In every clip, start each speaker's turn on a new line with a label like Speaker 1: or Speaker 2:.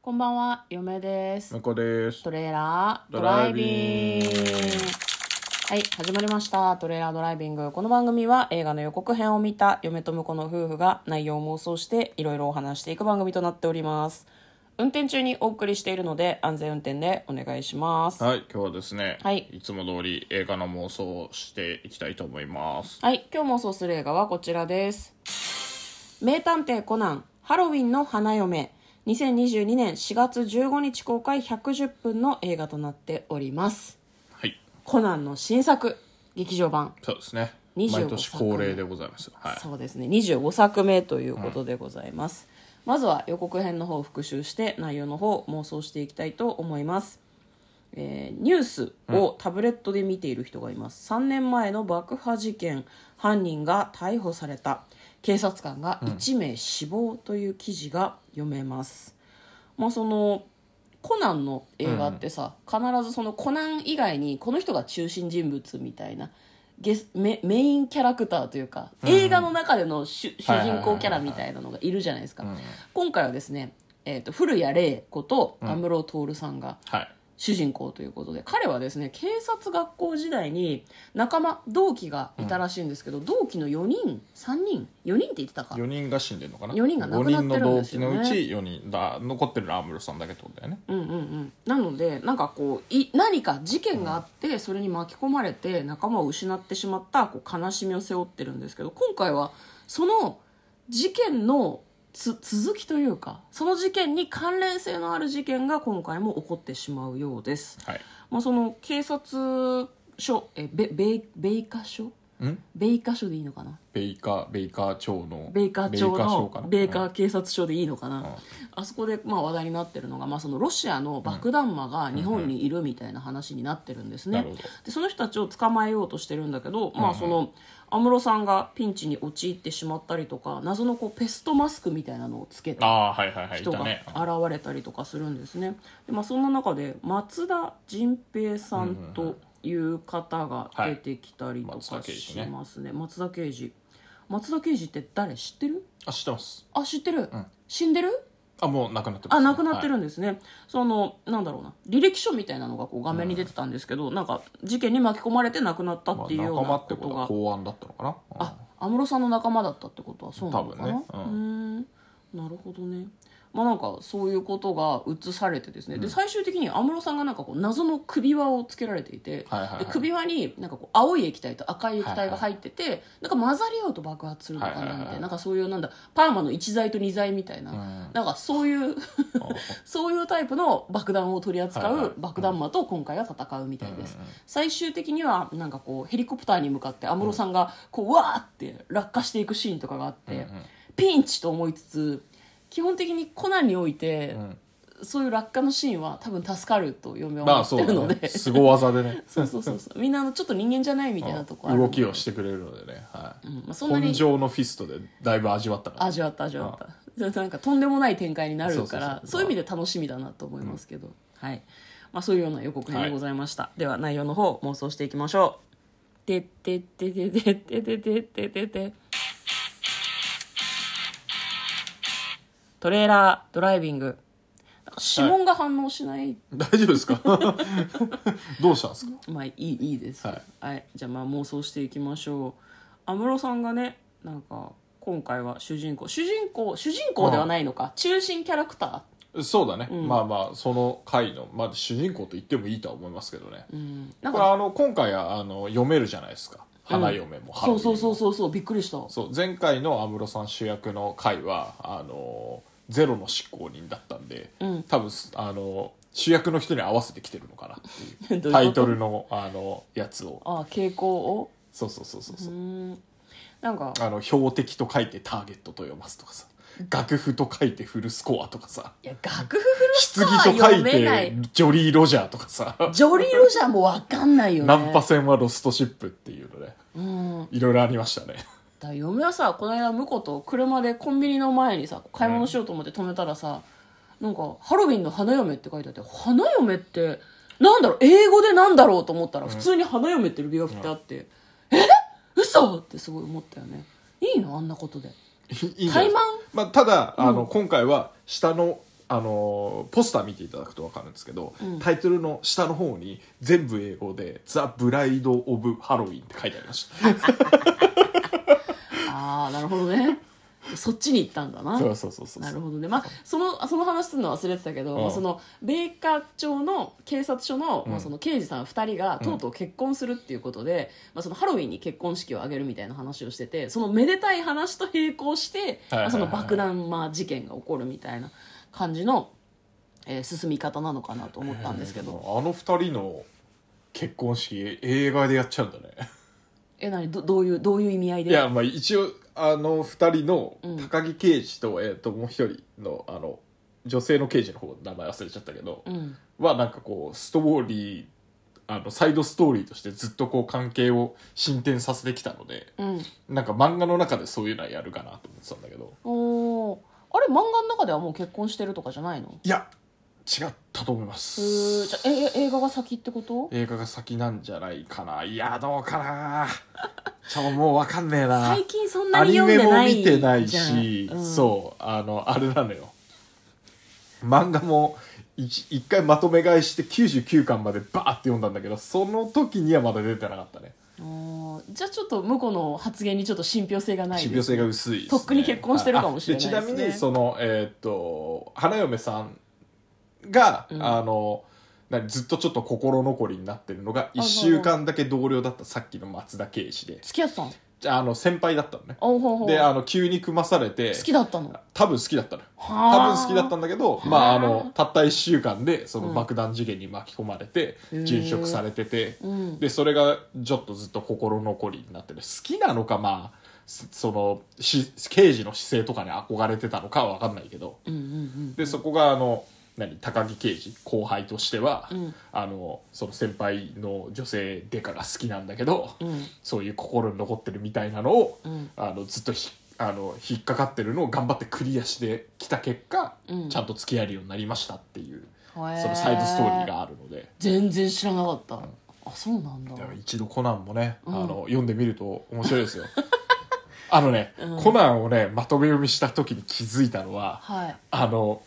Speaker 1: こんばんは、嫁です。
Speaker 2: 向こうです
Speaker 1: ト。レーラード
Speaker 2: ド
Speaker 1: ラ
Speaker 2: ラ
Speaker 1: イ
Speaker 2: イ
Speaker 1: ビ
Speaker 2: ビ
Speaker 1: ン
Speaker 2: ン
Speaker 1: グ
Speaker 2: グ。
Speaker 1: はい、始まりました。トレーラードライビング。この番組は映画の予告編を見た嫁と婿の夫婦が内容を妄想していろいろお話していく番組となっております。運転中にお送りしているので安全運転でお願いします。は
Speaker 2: はい、今日はですね、
Speaker 1: はい
Speaker 2: つも通り映画の妄想をしていきたいと思います。
Speaker 1: い、今日妄想する映画はこちらです。名探偵コナン、ハロウィンの花嫁。2022年4月15日公開110分の映画となっております。
Speaker 2: はい、
Speaker 1: コナンの新作劇場版、
Speaker 2: そうですね。
Speaker 1: 25
Speaker 2: 毎年恒例でございます。はい。
Speaker 1: そうですね25作目ということでございます、まずは予告編の方を復習して内容の方を妄想していきたいと思います、えーニュースをタブレットで見ている人がいます、3年前の爆破事件犯人が逮捕された警察官が1名死亡という記事が読めます、まあそのコナンの映画ってさ、必ずそのコナン以外にこの人が中心人物みたいなゲスメメインキャラクターというか、映画の中での主主
Speaker 2: はいはいはいはい
Speaker 1: 人公キャラみたいなのがいるじゃないですか、今回はですね、えー、と古谷玲子と安室徹さんが
Speaker 2: はい。
Speaker 1: 主人公ということで、彼はですね警察学校時代に仲間同期がいたらしいんですけど、同期の4人3人4人って言ってたか
Speaker 2: 4人が死んでるのかな
Speaker 1: 四人が亡くなってるんですよね
Speaker 2: 五人の同期のうち4人だ残ってるのはアムロさんだけってことだよね
Speaker 1: うんうんうん、なのでなんかこうい何か事件があってそれに巻き込まれて仲間を失ってしまったこう悲しみを背負ってるんですけど今回はその事件のつ続きというかその事件に関連性のある事件が今回も起こってしまうようです。
Speaker 2: はい
Speaker 1: まあ、その警察署えべべ米花署
Speaker 2: ん
Speaker 1: 米花署でいいのかな
Speaker 2: ベイカーベイカー町の
Speaker 1: ベイカー町
Speaker 2: 町か
Speaker 1: の
Speaker 2: な
Speaker 1: ベイカ
Speaker 2: う
Speaker 1: ー
Speaker 2: ん
Speaker 1: 警察署でいいのかな、
Speaker 2: ん
Speaker 1: あそこでまあ話題になってるのが、まあ、そのロシアの爆弾魔が日本にいるみたいな話になってるんですね、
Speaker 2: なるほど
Speaker 1: でその人たちを捕まえようとしてるんだけど、まあ、その安室さんがピンチに陥ってしまったりとか謎のこうペストマスクみたいなのをつけた
Speaker 2: ああはいはいはいい
Speaker 1: 人
Speaker 2: た
Speaker 1: が
Speaker 2: ね
Speaker 1: 現れたりとかするんですね。でまあ、そんな中で松田迅平さんという方が出てきたりと
Speaker 2: はい松田
Speaker 1: か
Speaker 2: 刑
Speaker 1: し
Speaker 2: 事ね
Speaker 1: ますね。松田刑事。松田刑事って誰知ってる？
Speaker 2: あ知ってます
Speaker 1: あ知ってる。
Speaker 2: ん
Speaker 1: 死んでる？
Speaker 2: あもう亡くなってます
Speaker 1: あ亡くなって
Speaker 2: はい
Speaker 1: るんですね、そのなんだろうな履歴書みたいなのがこう画面に出てたんですけど、なんか事件に巻き込まれて亡くなったっていうよう
Speaker 2: まあ仲間
Speaker 1: な
Speaker 2: って
Speaker 1: こ
Speaker 2: こと
Speaker 1: と
Speaker 2: は
Speaker 1: が
Speaker 2: 公安だったのかなうん
Speaker 1: あ安室さんの仲間だったってことはそうなのかな、
Speaker 2: 多分ねう
Speaker 1: うーんなるほどねまあなんかそういうことが映されてですね、で最終的に安室さんがなんかこう謎の首輪をつけられていて、
Speaker 2: はいはいはい
Speaker 1: で首輪になんかこう青い液体と赤い液体が入ってて、なんか混ざり合うと爆発するのかなみたいな,、
Speaker 2: はいはいはい
Speaker 1: なんかそういうなんだパーマの1剤と2剤みたいな、なんかそういう そういうタイプの爆弾を取り扱
Speaker 2: はいはいう
Speaker 1: 爆弾魔と今回は戦うみたいです、最終的にはなんかこうヘリコプターに向かって安室さんがこう、わーって落下していくシーンとかがあって、ピンチと思いつつ基本的にコナンにおいて、そういう落下のシーンは多分助かると嫁は
Speaker 2: ま
Speaker 1: 思
Speaker 2: あ
Speaker 1: って
Speaker 2: そう
Speaker 1: る
Speaker 2: だ
Speaker 1: ので、
Speaker 2: ねすご技でね
Speaker 1: そうそうそうそうみんなあのちょっと人間じゃないみたいなとこあるの
Speaker 2: 動
Speaker 1: で
Speaker 2: きをしてくれるのでねはい
Speaker 1: うんまあ、そんなに
Speaker 2: 根性のフィストでだいぶ味わったから
Speaker 1: 味わった味わったでなんかとんでもない展開になるから
Speaker 2: そうそうそう
Speaker 1: そういう意味で楽しみだなと思いますけど、はい、まあ、そういうような予告編でございました、では内容の方妄想していきましょうてってってってってってってってってってってトレーラードライビングなんか指紋が反応しない、
Speaker 2: 大丈夫で すかどうしたんですか
Speaker 1: まあいいいいです、
Speaker 2: はい
Speaker 1: じゃあまあ妄想していきましょう安室さんがねなんか今回は主人公主人公主人公ではないのか、中心キャラクタ
Speaker 2: そうだね、まあまあその回の、まあ、主人公と言ってもいいとは思いますけどね、
Speaker 1: ー、うん、なん
Speaker 2: これ
Speaker 1: か
Speaker 2: あの今回はあの読めるじゃないですか花嫁も、ハロ
Speaker 1: そ
Speaker 2: ウィ
Speaker 1: う
Speaker 2: ン
Speaker 1: そうそうそ
Speaker 2: も
Speaker 1: うそうびっくりした
Speaker 2: そう前回の安室さん主役の回はあのゼロの執行人だったんで、多分あの主役の人に合わせてきてるのかなって い
Speaker 1: どういうこと
Speaker 2: うタイトルのあのやつを
Speaker 1: ああ傾向を
Speaker 2: そうそうそうそうそうう
Speaker 1: ーんなんか
Speaker 2: あの標的と書いてターゲットと読ますとかさ楽譜と書いてフルスコアとかさ
Speaker 1: いや楽譜古さ
Speaker 2: 棺と
Speaker 1: は
Speaker 2: 書い
Speaker 1: 読めない
Speaker 2: てジョリー・ロジャーとかさ
Speaker 1: ジョリー・ロジャーもわかんないよね
Speaker 2: ナンパ戦はロストシップっていうのね
Speaker 1: うん
Speaker 2: いろいろありましたね
Speaker 1: だから嫁はさこの間婿と車でコンビニの前にさ買い物しようと思って止めたらさ、なんか「ハロウィンの花嫁」って書いてあって花嫁ってなんだろう英語でなんだろうと思ったら普通に「花嫁」って指が振ってあって「え嘘ってすごい思ったよねいいのあんなことで
Speaker 2: いいんじゃない
Speaker 1: 怠慢
Speaker 2: まあ、ただあの、今回は下のあのポスター見ていただくと分かるんですけど、
Speaker 1: うん
Speaker 2: タイトルの下の方に全部英語で「ザ・ブライド・オブ・ハロウィン」って書いてありました
Speaker 1: ああなるほどねそっちに行ったんだな
Speaker 2: そうそうそうそう
Speaker 1: なるほどねまあそのその話するの忘れてたけど、
Speaker 2: うん
Speaker 1: まあその米花町の警察署の,、
Speaker 2: うん
Speaker 1: まあその刑事さん2人が
Speaker 2: うん
Speaker 1: とうとう結婚するっていうことで、まあ、そのハロウィンに結婚式を挙げるみたいな話をしててそのめでたい話と並行して、
Speaker 2: はいはいはい
Speaker 1: まあその爆弾魔事件が起こるみたいな感じの、えー進み方なのかなと思ったんですけど、
Speaker 2: あの二人の結婚式映画でやっちゃうんだね
Speaker 1: え何どどういうどういう意味合いで
Speaker 2: いやまあ一応あの二人の
Speaker 1: うん
Speaker 2: 高木刑事と,、えー、ともう一人のあの女性の刑事の方名前忘れちゃったけど、
Speaker 1: うん
Speaker 2: はなんかこうストーリーあのサイドストーリーとしてずっとこう関係を進展させてきたので
Speaker 1: うん
Speaker 2: なんか漫画の中でそういうのはやるかなと思ってたんだけど
Speaker 1: おーあれ漫画の中ではもう結婚してるとかじゃないの
Speaker 2: いや違ったと思いま
Speaker 1: うー
Speaker 2: す
Speaker 1: じゃあええ映画が先ってこと
Speaker 2: 映画が先なんじゃないかないやどうかなちょもうわかんねえな
Speaker 1: 最近そんな
Speaker 2: ア
Speaker 1: に
Speaker 2: ニ
Speaker 1: 読ん
Speaker 2: メ
Speaker 1: で
Speaker 2: も
Speaker 1: ない
Speaker 2: 見てない
Speaker 1: じゃん
Speaker 2: し、
Speaker 1: うん
Speaker 2: そうあのあれなのよ漫画も一一回まとめ買いして99巻までバーって読んだんだけどその時にはまだ出てなかったね
Speaker 1: あーじゃあちょっと向こうの発言にちょっと信憑性がない
Speaker 2: 信
Speaker 1: で
Speaker 2: 憑
Speaker 1: す
Speaker 2: 性が薄いですね
Speaker 1: とっくに結婚してるかもしれないですね
Speaker 2: あでちなみにそのえーっと花嫁さんが、
Speaker 1: うん
Speaker 2: あの何ずっとちょっと心残りになってるのが
Speaker 1: あ
Speaker 2: 1週間だけ同僚だったさっきの松田圭司で
Speaker 1: 付き合ってたの
Speaker 2: じゃああの先輩だったのね
Speaker 1: あほうほう
Speaker 2: であの急に組まされて
Speaker 1: 好きだったのは
Speaker 2: 多分好きだったのよ多
Speaker 1: あ
Speaker 2: 分好きだったんだけど、まあ、あのたった1週間でその爆弾事件に巻き込まれて
Speaker 1: うん
Speaker 2: 殉職されてて、
Speaker 1: うん
Speaker 2: でそれがちょっとずっと心残りになってて好きなのかまあすそのし刑事の姿勢とかに憧れてたのかは分かんないけど
Speaker 1: うんうん
Speaker 2: でそこがあの何高木刑事後輩としては、
Speaker 1: うん
Speaker 2: あのその先輩の女性デカが好きなんだけど、
Speaker 1: うんうん
Speaker 2: そういう心に残ってるみたいなのを、
Speaker 1: うん
Speaker 2: あのずっとひあの引っかかってるのを頑張ってクリアしてきた結果、
Speaker 1: うん
Speaker 2: ちゃんと付き合えるようになりましたっていう
Speaker 1: そ
Speaker 2: そのサイドストーリーがあるので。
Speaker 1: 全然知らなかったあそうなんだ
Speaker 2: でも一度コナンもね、
Speaker 1: うん
Speaker 2: あの読んでみると面白い ですよあのね、
Speaker 1: うん
Speaker 2: コナンをねまとめ読みした時に気づいたのは
Speaker 1: はい
Speaker 2: あの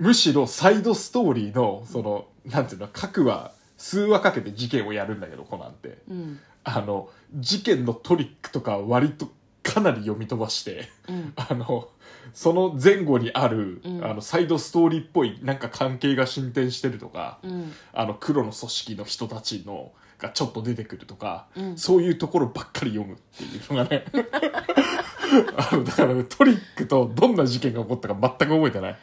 Speaker 2: むしろサイドストーリーのそのなんていうの各話数話かけて事件をやるんだけどコナンって、
Speaker 1: うん
Speaker 2: あの事件のトリックとか割とかなり読み飛ばして
Speaker 1: うん
Speaker 2: あのその前後にある、
Speaker 1: うん
Speaker 2: あのサイドストーリーっぽいなんか関係が進展してるとか、
Speaker 1: うん
Speaker 2: あの黒の組織の人たちのがちょっと出てくるとか、
Speaker 1: うん
Speaker 2: そういうところばっかり読むっていうのがね あのだからねトリックとどんな事件が起こったか全く覚えてない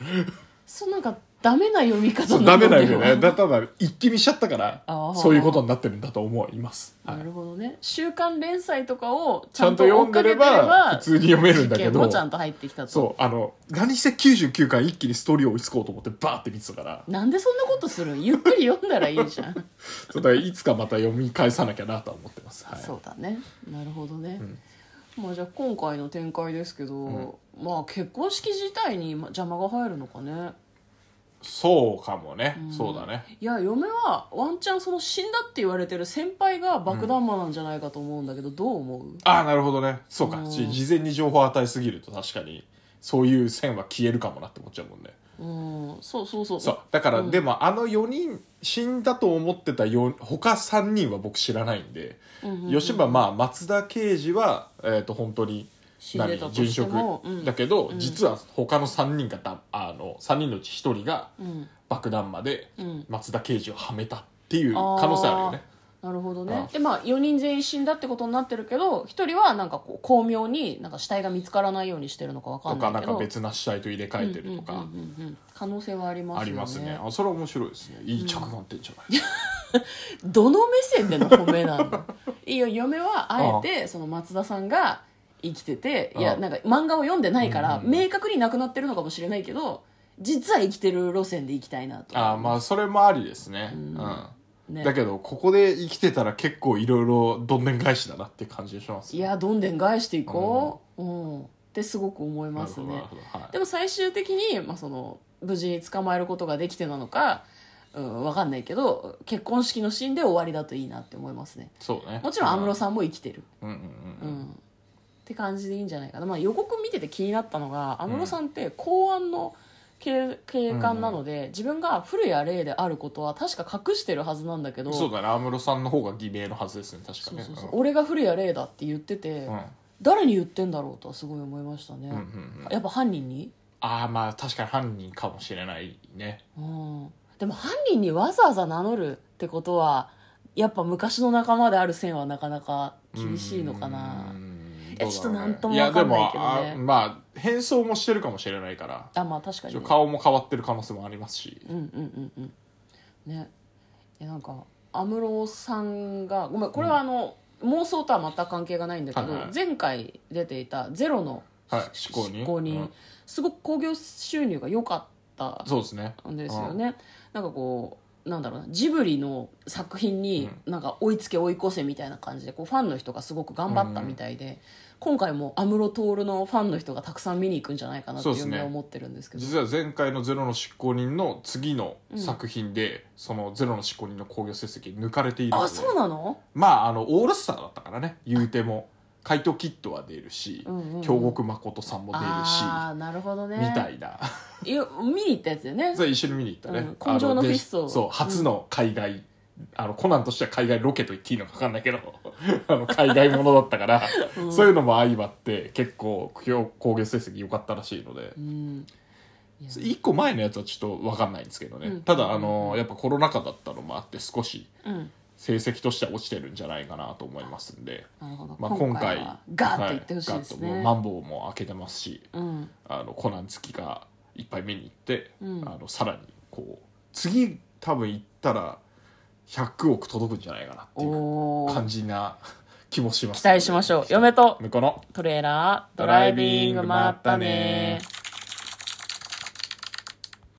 Speaker 1: そうなんかダメな読み方
Speaker 2: そう
Speaker 1: な
Speaker 2: ダ
Speaker 1: んだ
Speaker 2: メ
Speaker 1: よ
Speaker 2: だ よねだただ一気見しちゃったから
Speaker 1: あー
Speaker 2: そういうことになってるんだと思います、はい
Speaker 1: なるほどね週刊連載とかを
Speaker 2: ちゃんと読んでれば普通に読めるんだけ
Speaker 1: 事件も
Speaker 2: ど
Speaker 1: ちゃんと入ってきたと
Speaker 2: そうあの何せ99巻一気にストーリーを追いつこうと思ってバーって見てたから
Speaker 1: なんでそんなことするんゆっくり読んだらいいじゃん、
Speaker 2: そうだからいつかまた読み返さなきゃなとは思ってます、はい、
Speaker 1: そうだねなるほどね、
Speaker 2: ん
Speaker 1: まあじゃあ今回の展開ですけど、
Speaker 2: ん
Speaker 1: まあ結婚式自体にま邪魔が入るのかね
Speaker 2: そうかもね、
Speaker 1: ん
Speaker 2: そうだね
Speaker 1: いや嫁はワンチャンその死んだって言われてる先輩が爆弾魔なんじゃないかと思うんだけど、どう思う
Speaker 2: ああなるほどねそう
Speaker 1: う
Speaker 2: か
Speaker 1: ん
Speaker 2: じ事前に情報を与えすぎると確かにそういう線は消えるかもなって思っちゃうもんね
Speaker 1: うんそうそうそう
Speaker 2: そうだから、
Speaker 1: ん
Speaker 2: でもあの4人死んだと思ってた4他3人は僕知らないんで、
Speaker 1: うんうんうん
Speaker 2: 吉羽まあ松田刑事は、えー、と本当に
Speaker 1: 死んでたとしても
Speaker 2: 何
Speaker 1: うん
Speaker 2: だけど、
Speaker 1: うん
Speaker 2: 実は他の3人がだあの3人のうち1人が
Speaker 1: うん
Speaker 2: 爆弾魔で
Speaker 1: うん
Speaker 2: 松田刑事をはめたっていう可能性あるよね
Speaker 1: なるほど
Speaker 2: あ
Speaker 1: ね
Speaker 2: あ
Speaker 1: でまあ4人全員死んだってことになってるけど1人はなんかこう巧妙になんか死体が見つからないようにしてるのかわか
Speaker 2: と
Speaker 1: んな
Speaker 2: か
Speaker 1: いけど
Speaker 2: なんか別な死体と入れ替えてるとか、
Speaker 1: うんうんうんうん可能性はありますよね
Speaker 2: ありますねあそれは面白いですねいい着眼点じゃない、
Speaker 1: どの目線での褒めな のいいよ嫁はあえてその松田さんが生きててい
Speaker 2: あ
Speaker 1: や
Speaker 2: あ
Speaker 1: なんか漫画を読んでないから
Speaker 2: うん
Speaker 1: 明確になくなってるのかもしれないけど実は生きてる路線で行きたいなと
Speaker 2: ああまあそれもありですね
Speaker 1: う
Speaker 2: うんん、
Speaker 1: ね
Speaker 2: だけどここで生きてたら結構いろいろどんでん返しだなって感じがします
Speaker 1: いやどんでん返していこう、うん、ってすごく思い
Speaker 2: な
Speaker 1: ま
Speaker 2: る
Speaker 1: す
Speaker 2: ほどな
Speaker 1: ね
Speaker 2: るほどはい
Speaker 1: でも最終的に、まあ、その無事に捕まえることができてなのか、うん、わかんないけど結婚式のシーンで終わりだといいなって思いますね
Speaker 2: そうね
Speaker 1: もちろん安室さんも生きてる
Speaker 2: うんうん
Speaker 1: う、
Speaker 2: うんんうん
Speaker 1: って感じでいいんじゃないかな、まあ、予告見てて気になったのが安室さんって公安の警警官なので、自分が古谷霊であることは確か隠してるはずなんだけど
Speaker 2: そうだね安室さんの方が偽名のはずですね確か
Speaker 1: そう
Speaker 2: ね
Speaker 1: そうそう俺が古谷霊だって言ってて、
Speaker 2: うんうん
Speaker 1: 誰に言ってんだろうとはすごい思いましたね、
Speaker 2: うんうん
Speaker 1: やっぱ犯人に、
Speaker 2: ああまあ確かに犯人かもしれないね
Speaker 1: うん、でも犯人にわざわざ名乗るってことはやっぱ昔の仲間である線はなかなか厳しいのかな
Speaker 2: うん
Speaker 1: いやちょっとなんとも
Speaker 2: いや
Speaker 1: わか
Speaker 2: で
Speaker 1: んない
Speaker 2: も
Speaker 1: けどね
Speaker 2: あまあ変装もしてるかもしれないから
Speaker 1: あまあ確かに、ね、
Speaker 2: 顔も変わってる可能性もありますし
Speaker 1: うんうんうんうんねえなんか安室さんがごめんこれはあの、妄想とは全く関係がないんだけど、
Speaker 2: はいはい
Speaker 1: 前回出ていた「ゼロの
Speaker 2: はい執行人
Speaker 1: 執行人、
Speaker 2: うん
Speaker 1: すごく興行収入が良かった
Speaker 2: そうですね
Speaker 1: んですよね、なんかこうなんだろうなジブリの作品になんか追いつけ追い越せみたいな感じでこうファンの人がすごく頑張ったみたいで、今回も安室徹のファンの人がたくさん見に行くんじゃないかなって
Speaker 2: そ
Speaker 1: いう
Speaker 2: うです
Speaker 1: 夢
Speaker 2: ね
Speaker 1: を持ってるんですけど
Speaker 2: 実は前回の「ゼロの執行人」の次の作品で、その「ゼロの執行人」の興行成績抜かれているので
Speaker 1: あそうなの
Speaker 2: まああのオールスターだったからね言うても怪盗キッドは出るし、
Speaker 1: うんうんうん
Speaker 2: 京極誠さんも出るし
Speaker 1: ああなるほどね
Speaker 2: みたいな
Speaker 1: いや見に行ったやつだよね
Speaker 2: それ一緒に見に行ったね、
Speaker 1: うん根性のフィスト
Speaker 2: あのでそう初の海外、あのコナンとしては海外ロケと言っていいのか分かんないけど あの海外ものだっ たから、そういうのも相まって結構興行成績良かったらしいので、
Speaker 1: うんいや
Speaker 2: 一個前のやつはちょっと分かんないんですけどね、
Speaker 1: うん
Speaker 2: ただあのやっぱコロナ禍だったのもあって少し
Speaker 1: うん
Speaker 2: 成績としては落ちてるんじゃないかなと思いますんで、
Speaker 1: なるほど、
Speaker 2: まあ、今回
Speaker 1: はガーッといってほしいです
Speaker 2: は
Speaker 1: ね、
Speaker 2: ガーッともうマンボウも開けてますし
Speaker 1: うん
Speaker 2: あのコナン好きがいっぱい見に行って、
Speaker 1: うん
Speaker 2: あのさらにこう次多分行ったら100億届くんじゃないかなっていう
Speaker 1: お
Speaker 2: 感
Speaker 1: ー
Speaker 2: じな気もします
Speaker 1: 期待しましょう嫁と
Speaker 2: 向こうの
Speaker 1: トレーラードライビングまったね